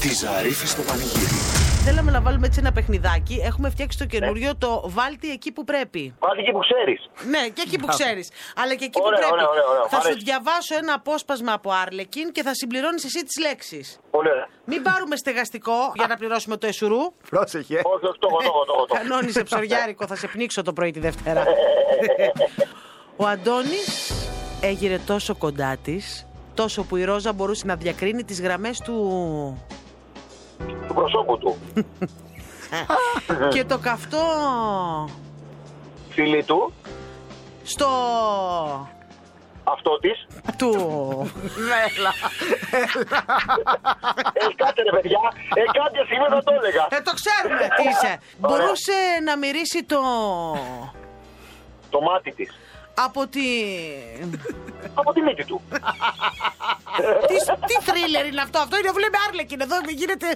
Τη Ζαρίφη στο πανηγύρι. Θέλαμε να βάλουμε έτσι ένα παιχνιδάκι. Έχουμε φτιάξει το Ναι. καινούριο το βάλτι εκεί που πρέπει. Πάτε εκεί που ξέρεις. Ναι, και εκεί που ξέρεις. Αλλά και εκεί που Ωραία, πρέπει. ωραία, ωραία, ωραία. Θα Μ' σου αρέσει. διαβάσω ένα απόσπασμα από Άρλεκιν και θα συμπληρώνεις εσύ τις λέξεις. Πολύ ωραία. Μην πάρουμε στεγαστικό για να πληρώσουμε το εσουρού. Πρόσεχε. Όχι, όχι, το έχω, το έχω, το έχω, το έχω. Κανόνισε ψωριάρικο, θα σε πνίξω το πρωί τη Δευτέρα. Ο Αντώνης έγειρε τόσο κοντά της, τόσο που η Ρόζα μπορούσε να διακρίνει τις γραμμές του. Του προσώπου του. και το καυτό Φίλη του, στο. αυτό της. του. Ε, κάτσε ρε παιδιά. Ε, κάποια στιγμή θα το έλεγα. Ε, το ξέρουμε τι είσαι. Ωραία. Μπορούσε να μυρίσει το. Το μάτι της. Από τη. Από τη μύτη του. τι, τι θρίλερ είναι αυτό, αυτό είναι ο με Άρλεκιν. Εδώ γίνεται.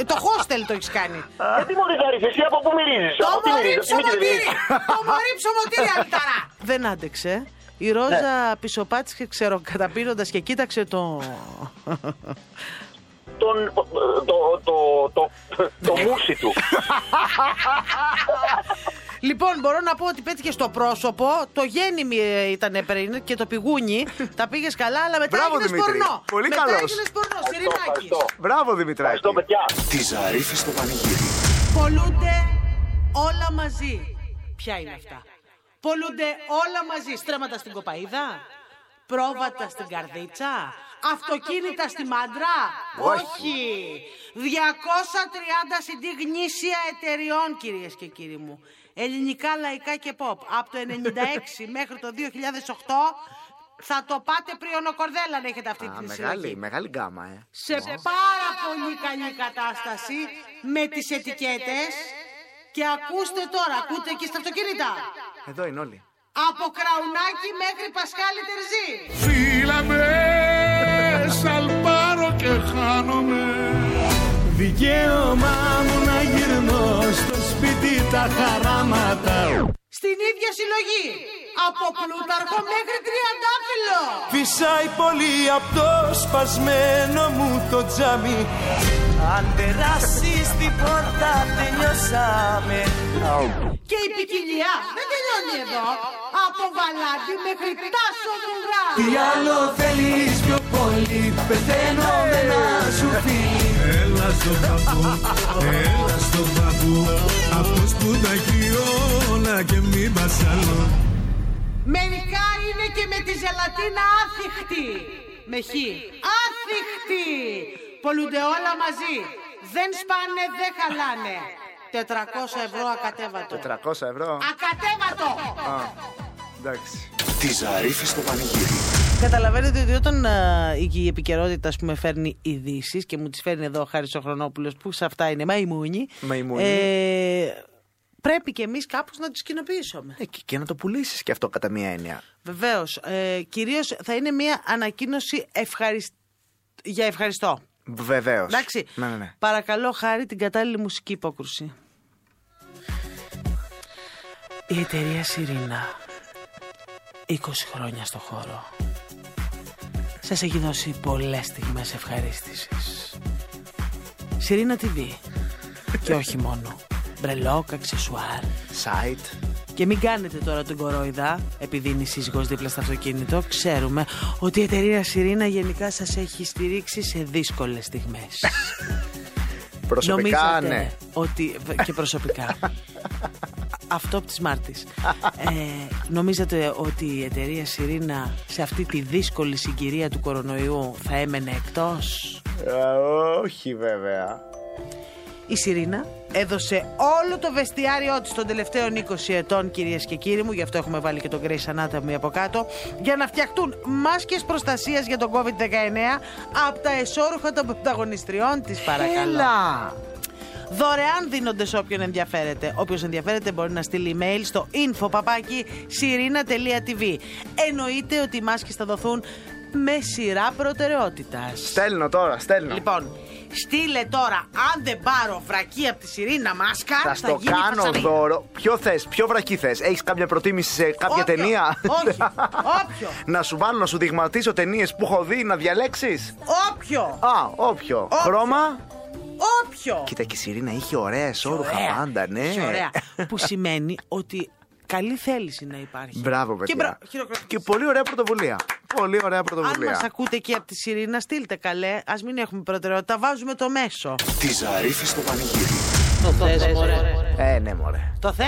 ε, το hostel το έχεις κάνει. Ε, τι μπορεί να εσύ από πού μυρίζεις. Το Από τι μωρή μυρίζεις, από τη μύτη δεν ψωμοτήρι! μυρίζεις. Το μωρή ψωμοτήρι, Αλταρά! Δεν άντεξε. Η Ρόζα πισωπάτησε, ξέρω, καταπίνοντας και κοίταξε το. Τον. Το. Το. Το. Το, το μουσι του. Λοιπόν, μπορώ να πω ότι πέτυχε στο πρόσωπο. Το γέννημι ήταν πριν και το πηγούνι. Τα πήγες καλά, αλλά μετά Μπράβο, έγινες Δημήτρη. πορνό. Πολύ μετά καλός. έγινες πορνό, Ευχαριστώ, Σιρινάκης. ευχαριστώ. Μπράβο Δημητράκη. Ευχαριστώ, παιδιά. Τη Ζαρίφη στο πανηγύρι. Πολλούνται όλα μαζί. Ποια είναι αυτά. Πολλούνται όλα μαζί. Στρέμματα στην κοπαίδα. Πρόβατα στην καρδίτσα. Αυτοκίνητα στη μάντρα. Όχι. Όχι. 230 CD γνήσια εταιριών, κυρίες και κύριοι μου. Ελληνικά, λαϊκά και pop. Από το 96 μέχρι το 2008 θα το πάτε πριονοκορδέλα αν έχετε αυτή Α, την μεγάλη, συλλογή μεγάλη γκάμα, ε. σε πάρα πολύ καλή κατάσταση με τις ετικέτες και ακούστε τώρα, ακούτε και στα αυτοκίνητα. Εδώ είναι όλοι. Από Κραουνάκι μέχρι Πασχάλη Τερζή. Φίλα με, σαλπάρω και χάνομαι Δικαίωμά μου να γυρνώ στο σπίτι τα χαράματα Στην ίδια συλλογή. Από Πλούταρχο μέχρι Τριαντάφυλλο. Φυσάει πολύ από το σπασμένο μου το τζάμι Αν περάσεις την πόρτα τελειώσαμε Και η ποικιλία δεν τελειώνει εδώ. Από Βαλάντι μέχρι Τάσο Δρουρά. Τι άλλο θέλεις πιο πολύ Πεθαίνω με να σου φίλει Έλα στο παππού, έλα στο παππού Αυτός που τα χειρόνα και μην πασαλώ Μερικά είναι και με τη ζελατίνα άθιχτη. Με χ. Άθιχτη. Πολλούνται όλα μαζί. Δεν σπάνε, δεν χαλάνε. 400 ευρώ ακατέβατο. 300 ευρώ. Ακατέβατο! Εντάξει. Τη Ζαρίφη στο πανηγύρι. Καταλαβαίνετε ότι όταν α, η- η επικαιρότητα ας πούμε, φέρνει ειδήσεις και μου τις φέρνει εδώ ο Χάρης ο Χρονόπουλος που σε αυτά είναι μαϊμούνι. Μαϊμούνι. ε, πρέπει και εμείς κάπως να τους κοινοποιήσουμε. Ε, και, και να το πουλήσεις και αυτό κατά μία έννοια. Βεβαίως. Ε, Κυρίως θα είναι μια ανακοίνωση ευχαρισ... για ευχαριστώ. Βεβαίως. Εντάξει. Ναι, ναι, ναι. Παρακαλώ, χάρη την κατάλληλη μουσική υπόκρουση. Η εταιρεία Σιρήνα. 20 χρόνια στο χώρο. Σας έχει δώσει πολλές στιγμές ευχαρίστησης. Σιρήνα TV. Και όχι μόνο. Μπρελόκ, αξεσουάρ. Site. Και μην κάνετε τώρα τον κορόιδα, επειδή είναι η σύζυγος δίπλα στο αυτοκίνητο. Ξέρουμε ότι η εταιρεία Σιρήνα γενικά σας έχει στηρίξει σε δύσκολες στιγμές. Προσωπικά, Νομίζατε ναι. ότι, και προσωπικά. Αυτό από τις Μάρτης. Ε, νομίζατε ότι η εταιρεία Σιρήνα σε αυτή τη δύσκολη συγκυρία του κορονοϊού θα έμενε εκτός. Ε, όχι, βέβαια. Η Σιρήνα έδωσε όλο το βεστιάριό της των τελευταίων 20 ετών, κυρίες και κύριοι μου, γι' αυτό έχουμε βάλει και τον Grace Anatomy από κάτω, για να φτιαχτούν μάσκες προστασίας για τον COVID-19 από τα εσώρουχα των πρωταγωνιστριών της, παρακαλώ. Έλα. Δωρεάν δίνονται σε όποιον ενδιαφέρεται. Όποιος ενδιαφέρεται μπορεί να στείλει email στο info.sirina.tv. Εννοείται ότι οι μάσκες θα δοθούν με σειρά προτεραιότητας. Στέλνω τώρα, στέλνω. Λοιπόν, στείλε τώρα, αν δεν πάρω βρακή από τη Σιρήνα Μάσκα, θα στο γίνει κάνω φασαρία. δώρο. Ποιο θες, ποιο βρακί θες. Έχεις κάποια προτίμηση σε κάποια Όποιο. ταινία. Όχι. Όποιο. να σου βάλω να σου δειγματίσω ταινίες που έχω δει να διαλέξεις. Όποιο! Α, όποιο. Χρώμα. τέτοιο. Κοίτα και η Σιρήνα είχε ωραία όρουχα Ωραία. πάντα, ναι. Είχε Ωραία. που σημαίνει ότι καλή θέληση να υπάρχει. Μπράβο, Και, παιδιά. μπρα... χειροκρότημα. Και πολύ ωραία πρωτοβουλία. Πολύ ωραία Αν πρωτοβουλία. μα ακούτε εκεί από τη Σιρήνα, στείλτε καλέ. Ας μην έχουμε προτεραιότητα. Βάζουμε το μέσο. Τη Ζαρίφη στο πανηγύρι. Το θες, Ε, ναι, μωρέ. Το θες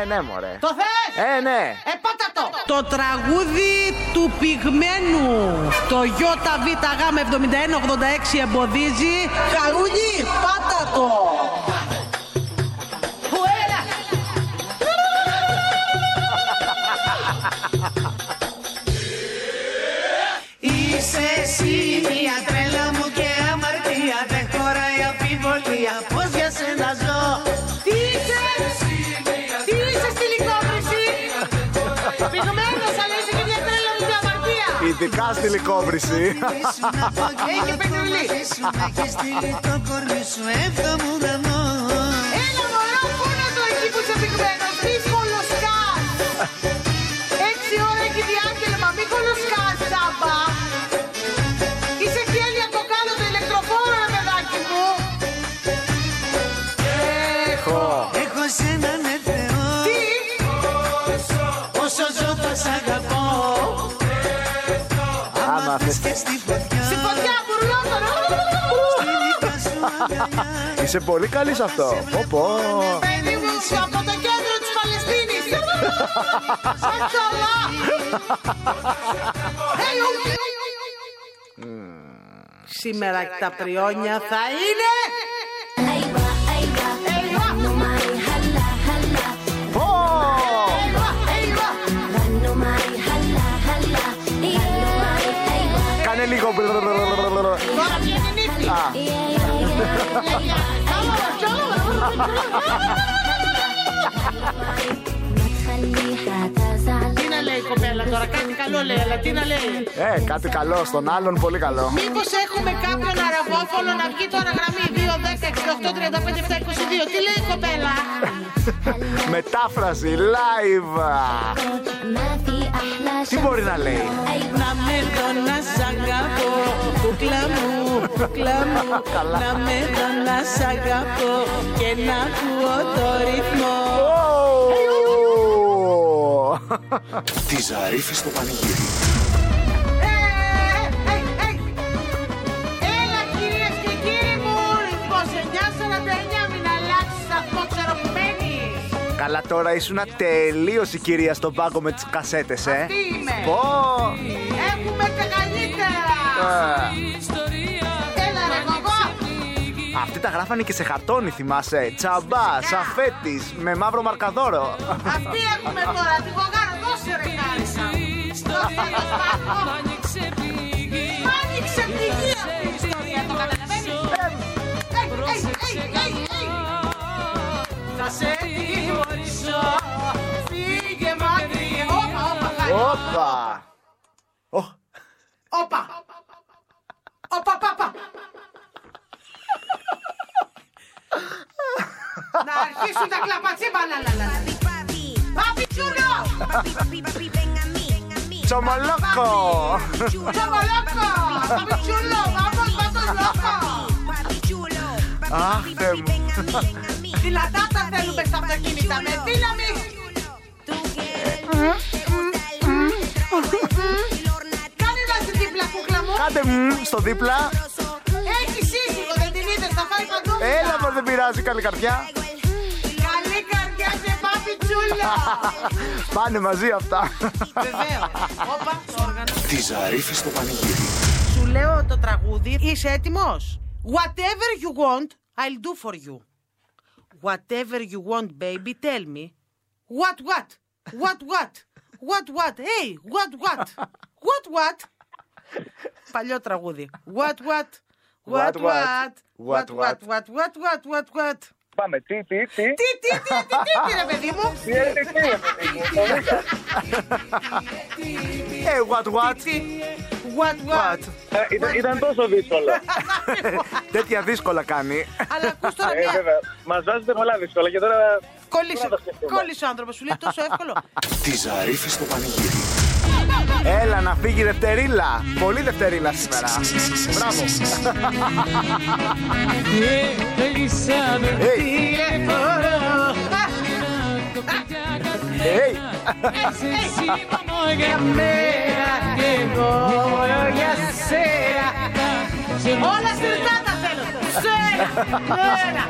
Ε, ναι, μωρέ. Το θες Ε, ναι. Ε, πάτα το! Το τραγούδι του πυγμένου. Το ΙΒΓ7186 εμποδίζει. Χαρούνι, πάτα το! Φουέλα! Είσαι εσύ μια τρέλα μου και αμαρτία Δεν χωράει αμφιβολία Πώς για σένα ζω Τι είσαι, τι είσαι στη λικόβρηση Πυγμένος αλλά είσαι και μια τρέλα μου και αμαρτία Ειδικά στη λικόβρηση. Έχει πετρελή Έχεις στείλει το κορμί σου έβδομου γραμμό Έλα μωρό πού να το εκεί που είσαι πυγμένος Μη κολοσκάς Έξι ώρα έχει διάγγελμα Μη κολοσκάς τσάμπα Είσαι χέλια το κάνω το ηλεκτροφόρο ρε παιδάκι μου Έχω σένα ναι Θεό Τι Όσο ζω θα tá σ' αγαπώ Άμα θες. και στη φωτιά Στην φωτιά, μπουρλότορο. Στη δικά σου αγκαλιά Είσαι πολύ καλή σε αυτό. Πω, πω. Παιδί μου, από το κέντρο της Παλαιστίνης. Σαν καλά. Hey, oh, oh, oh. Σήμερα τα πριόνια θα είναι. أيوة أيوة غنوا معي هلا هلا Πω. أيوة oh. أيوة غنوا معي هلا هلا غنوا معي أيوة Κάνε λίγο. Τώρα βγαίνει η νύχτα. يا يا يا Καλό, καλό. ما تخليها تزعل Τι να λέει η κοπέλα τώρα, κάτι καλό λέει, αλλά τι να λέει. Ε, κάτι καλό στον άλλον, πολύ καλό. Μήπως έχουμε κάποιον αραβόφωνο να βγει τώρα γραμμή 2, 10, 68, 35, 7, 22. Τι λέει η κοπέλα. Μετάφραση live. ما في أحلى Τι μπορεί να λέει. أيوة Να με το να σ' αγαπώ Κούκλα μου, κούκλα μου Καλά. Να με το να σ' αγαπώ Και να ακούω το ρυθμό Ω. Τη Ζαρίφη στο πανηγύρι. Ε, ε, ε, ε. Έλα κυρίες και κύριοι μου, λοιπόν, 29-49 μην αλλάξεις αυτό ξέρω που μένεις. Καλά τώρα ήσουν τελείως η κυρία στον πάγκο με τις κασέτες, ε. Αυτή είμαι. Πω. Έχουμε τα καλύτερα. Ε. Έλα ρε κοκό. Αυτοί τα γράφανε και σε χαρτόνι, θυμάσαι. Τσαμπά, σαφέτης, με μαύρο μαρκαδόρο. Αυτή έχουμε τώρα, την κοκάρα δώσε ρε χάρισα. Δώσε ρε σπάθο. Μ' άνοιξε πηγή αυτή η ιστορία, το καταλαβαίνεις. Ε, ε, ε, ε, ε. Θα σε τιμωρήσω Φύγε μακριά Όπα, όπα, χάρη. Όπα. Ω, Όπα. Όπα, πάπα. Να αρχίσουν τα κλαπατσίπανα, λα, λα, λα. Πάπι τσούνο! τσομολόκο. Τσοβολόκο! Πάπι τσούνο! Βamos, βamos, loco! Αχ, Θεέ μου. Δυνατά τα θέλουμε στα αυτοκίνητα με δύναμη! Κάνε να σε δίπλα κούκλα μου! Κάντε μ, στο δίπλα. Έχει σύζυγο, δεν την είδες, θα φάει παντούλα! Έλα, μα δεν πειράζει, καλή καρδιά. Καλή καρδιά και πάπι τσούλο! Πάνε μαζί αυτά. Βεβαίως. Όπα, το όργανο. Τη Ζαρίφη στο πανηγύρι. Σου λέω το τραγούδι. Είσαι έτοιμος. Whatever you want, I'll do for you. Whatever you want, baby, tell me. What, what? What, what? What, what? Hey, what, what? What, what? Παλιό τραγούδι. What, what? What, What, what? what? What, what? What, what? What, what? What? Πάμε, τι, τι, τι. Τι, τι, τι, τι, τι, τι, ρε παιδί μου. Τι έγινε, τι έγινε. Ε, what, what. Τι, What, What. what? Ε, ήταν- Ήταν τόσο δύσκολο. Τέτοια δύσκολα κάνει. Αλλά ακούς τώρα Ε, μια... βέβαια. Μας βάζετε πολλά δύσκολα και τώρα. Κόλλησε, Τώρα το σκεφτούμε. κόλλησε ο άνθρωπος, σου λέει τόσο εύκολο. Τη Ζαρίφη στο πανηγύρι. Έλα να φύγει η δευτερίλα. Πολύ δευτερίλα σήμερα. Μπράβο. Hey, hey, Hey, hey. Όλα συρτάτα θέλω. Σέρα, μέρα.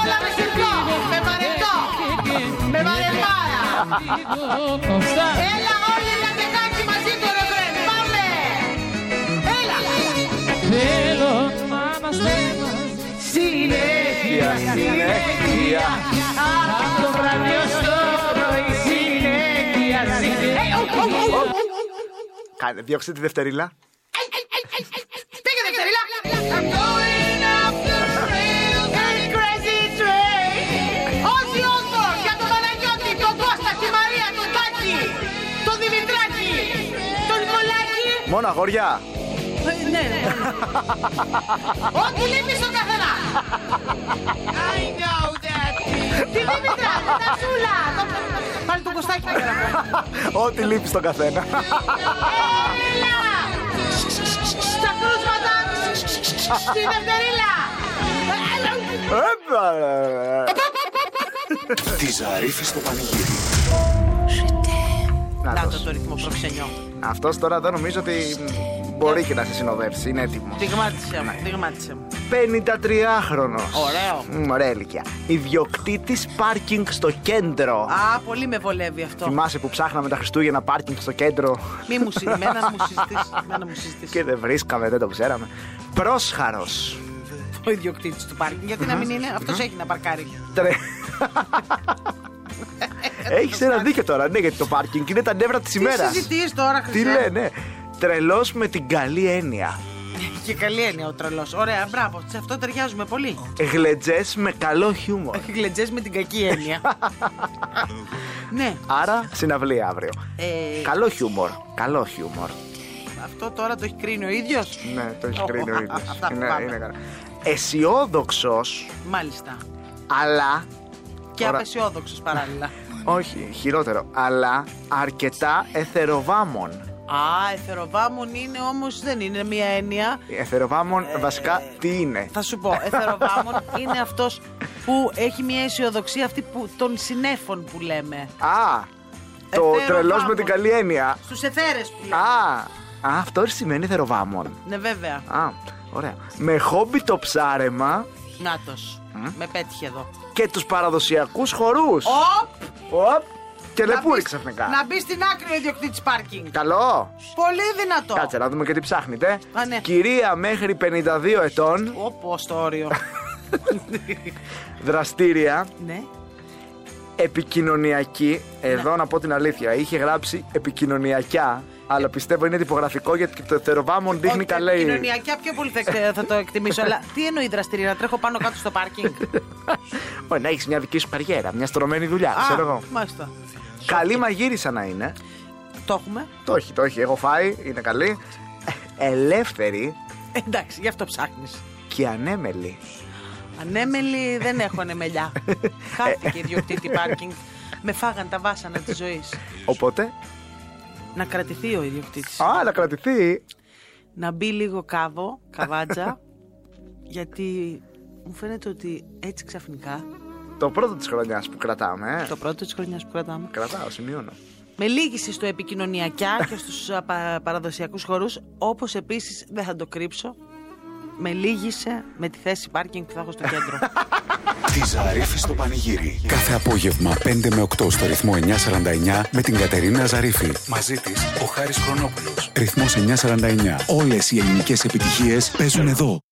Όλα με συρτό, με βαρετό, με βαρεμάρα. Έλα όλοι να τεκάκι μαζί το ρε βρε. Πάμε. Έλα. Θέλω να μας λέμε συνέχεια, συνέχεια. Από το βράδυ ως το πρωί συνέχεια, συνέχεια. Κάνε, διώξτε τη δευτερίλα. Take it, Dexterila. I'm going up the rail, very crazy train. Ozzy Osbourne για τον Παναγιώτη, τον Κώστα, τη Μαρία, τον Τάκη, τον Δημητράκη, τον Μολάκη. Μόνο αγόρια. Ό,τι λείπει στον καθένα. I know that. Τη Δημητρά, την Τασούλα. Πάλι τον Κωστάκη. Ό,τι λείπει στον καθένα. Έλα. Στα κρούσματα. Στη Δευτερίλα. Έπα. Τη Ζαρίφη στο πανηγύρι. Να Να δώσω. το το ρυθμό προξενιό. Αυτός τώρα δεν νομίζω ότι μπορεί και να σε συνοδεύσει. Είναι έτοιμος. Τιγμάτισε μου, τιγμάτισε μου. 53χρονος. Ωραίο. Μμ, Ωραία ηλικία. Ιδιοκτήτης πάρκινγκ στο κέντρο. Α, πολύ με βολεύει αυτό. Θυμάσαι που ψάχναμε τα Χριστούγεννα πάρκινγκ στο κέντρο Μη μου συζητήσει. Μένα μου συζητήσεις. Μένα μου συζητήσεις. και δεν βρίσκαμε, δεν το ξέραμε. Πρόσχαρος. Ο ιδιοκτήτης του πάρκινγκ. Γιατί να μην είναι, αυτός έχει να παρκάρει. Τρε... Έχεις ένα δίκιο τώρα, ναι, γιατί το πάρκινγκ είναι τα νεύρα της Τι ε? ημέρας. συζητείς τώρα, Τι Χρυσέ. λένε, Τρελός με την καλή έννοια. Και καλή έννοια ο τρελός. Ωραία, μπράβο. Σε αυτό ταιριάζουμε πολύ. Γλετζές με καλό Ε. χιούμορ. Γλεντζέ με την κακή έννοια. ναι, Άρα συναυλία αύριο. Ε. Καλό χιούμορ. Καλό χιούμορ. αυτό τώρα το έχει κρίνει ο ίδιος. Ναι, το έχει κρίνει ο ίδιος. Αυτά που πάμε. Είναι, καλά. Αισιόδοξος, Μάλιστα. αλλά. Και Ωραία. απεσιόδοξος παράλληλα. Όχι, χειρότερο. Αλλά αρκετά εθεροβάμων. Α, εθεροβάμων είναι όμως δεν είναι μία έννοια. Εθεροβάμων, βασικά, τι είναι. Θα σου πω, εθεροβάμων είναι αυτός που έχει μία αισιοδοξία αυτή που, των συνέφων που λέμε. Α, το Εθεροβάμων. τρελός με την καλή έννοια. Στους εθέρες που λέμε. Α, α, αυτό σημαίνει εθεροβάμων. Ναι, βέβαια. Α, ωραία. Με χόμπι το ψάρεμα Νάτο. Με πέτυχε εδώ. και τους παραδοσιακούς χορούς. Οπ! Οπ, και Να λεπούρι μπεις- ξαφνικά. Να μπεις στην άκρη ο ιδιοκτήτης πάρκινγκ. Καλό. Πολύ δυνατό. Κάτσε να δούμε και τι ψάχνετε. Α, ναι. Κυρία μέχρι 52 ετών, Όπω το όριο. δραστήρια, ναι. επικοινωνιακή. Εδώ να πω την αλήθεια, είχε γράψει επικοινωνιακά, Ε. αλλά πιστεύω είναι τυπογραφικό γιατί το θεροβάμον δείχνει Όχι, καλέ. Κοινωνιακά πιο πολύ θα, εκτε- θα το εκτιμήσω. αλλά τι εννοεί δραστηρία, να τρέχω πάνω κάτω στο πάρκινγκ. Όχι, να έχεις μια δική σου καριέρα, μια στρωμένη δουλειά, ξέρω εγώ. μάλιστα. Καλή μαγείρισα να είναι. Το έχουμε. Το έχει, το έχει. Έχω φάει, είναι καλή. Ε, Ελεύθερη Ε, Εντάξει, γι' αυτό ψάχνεις. και ανέμελη. Ανέμελη δεν έχω ανεμελιά. Ε, Χάθηκε η ιδιοκτήτη πάρκινγκ. Με φάγαν τα βάσανα της ζωής. Οπότε. Να κρατηθεί ο ιδιοκτήτης. Α, να κρατηθεί. να μπει λίγο κάβο, καβάτζα, γιατί μου φαίνεται ότι έτσι ξαφνικά, Το πρώτο της χρονιάς που κρατάμε. Ε. το πρώτο της χρονιάς που κρατάμε, Κρατάω, σημειώνω. με λύγησε στο επικοινωνιακά και στους α, πα- παραδοσιακούς χορούς, όπως επίσης, δεν θα το κρύψω, με λύγησε με τη θέση πάρκινγκ που θα έχω στο κέντρο. Τη Ζαρίφη στο πανηγύρι. Κάθε απόγευμα 5 με 8 στο ρυθμό 949 με την Κατερίνα Ζαρίφη. Μαζί της ο Χάρης Χρονόπουλος. Ρυθμός 949. Όλες οι ελληνικές επιτυχίες παίζουν εδώ.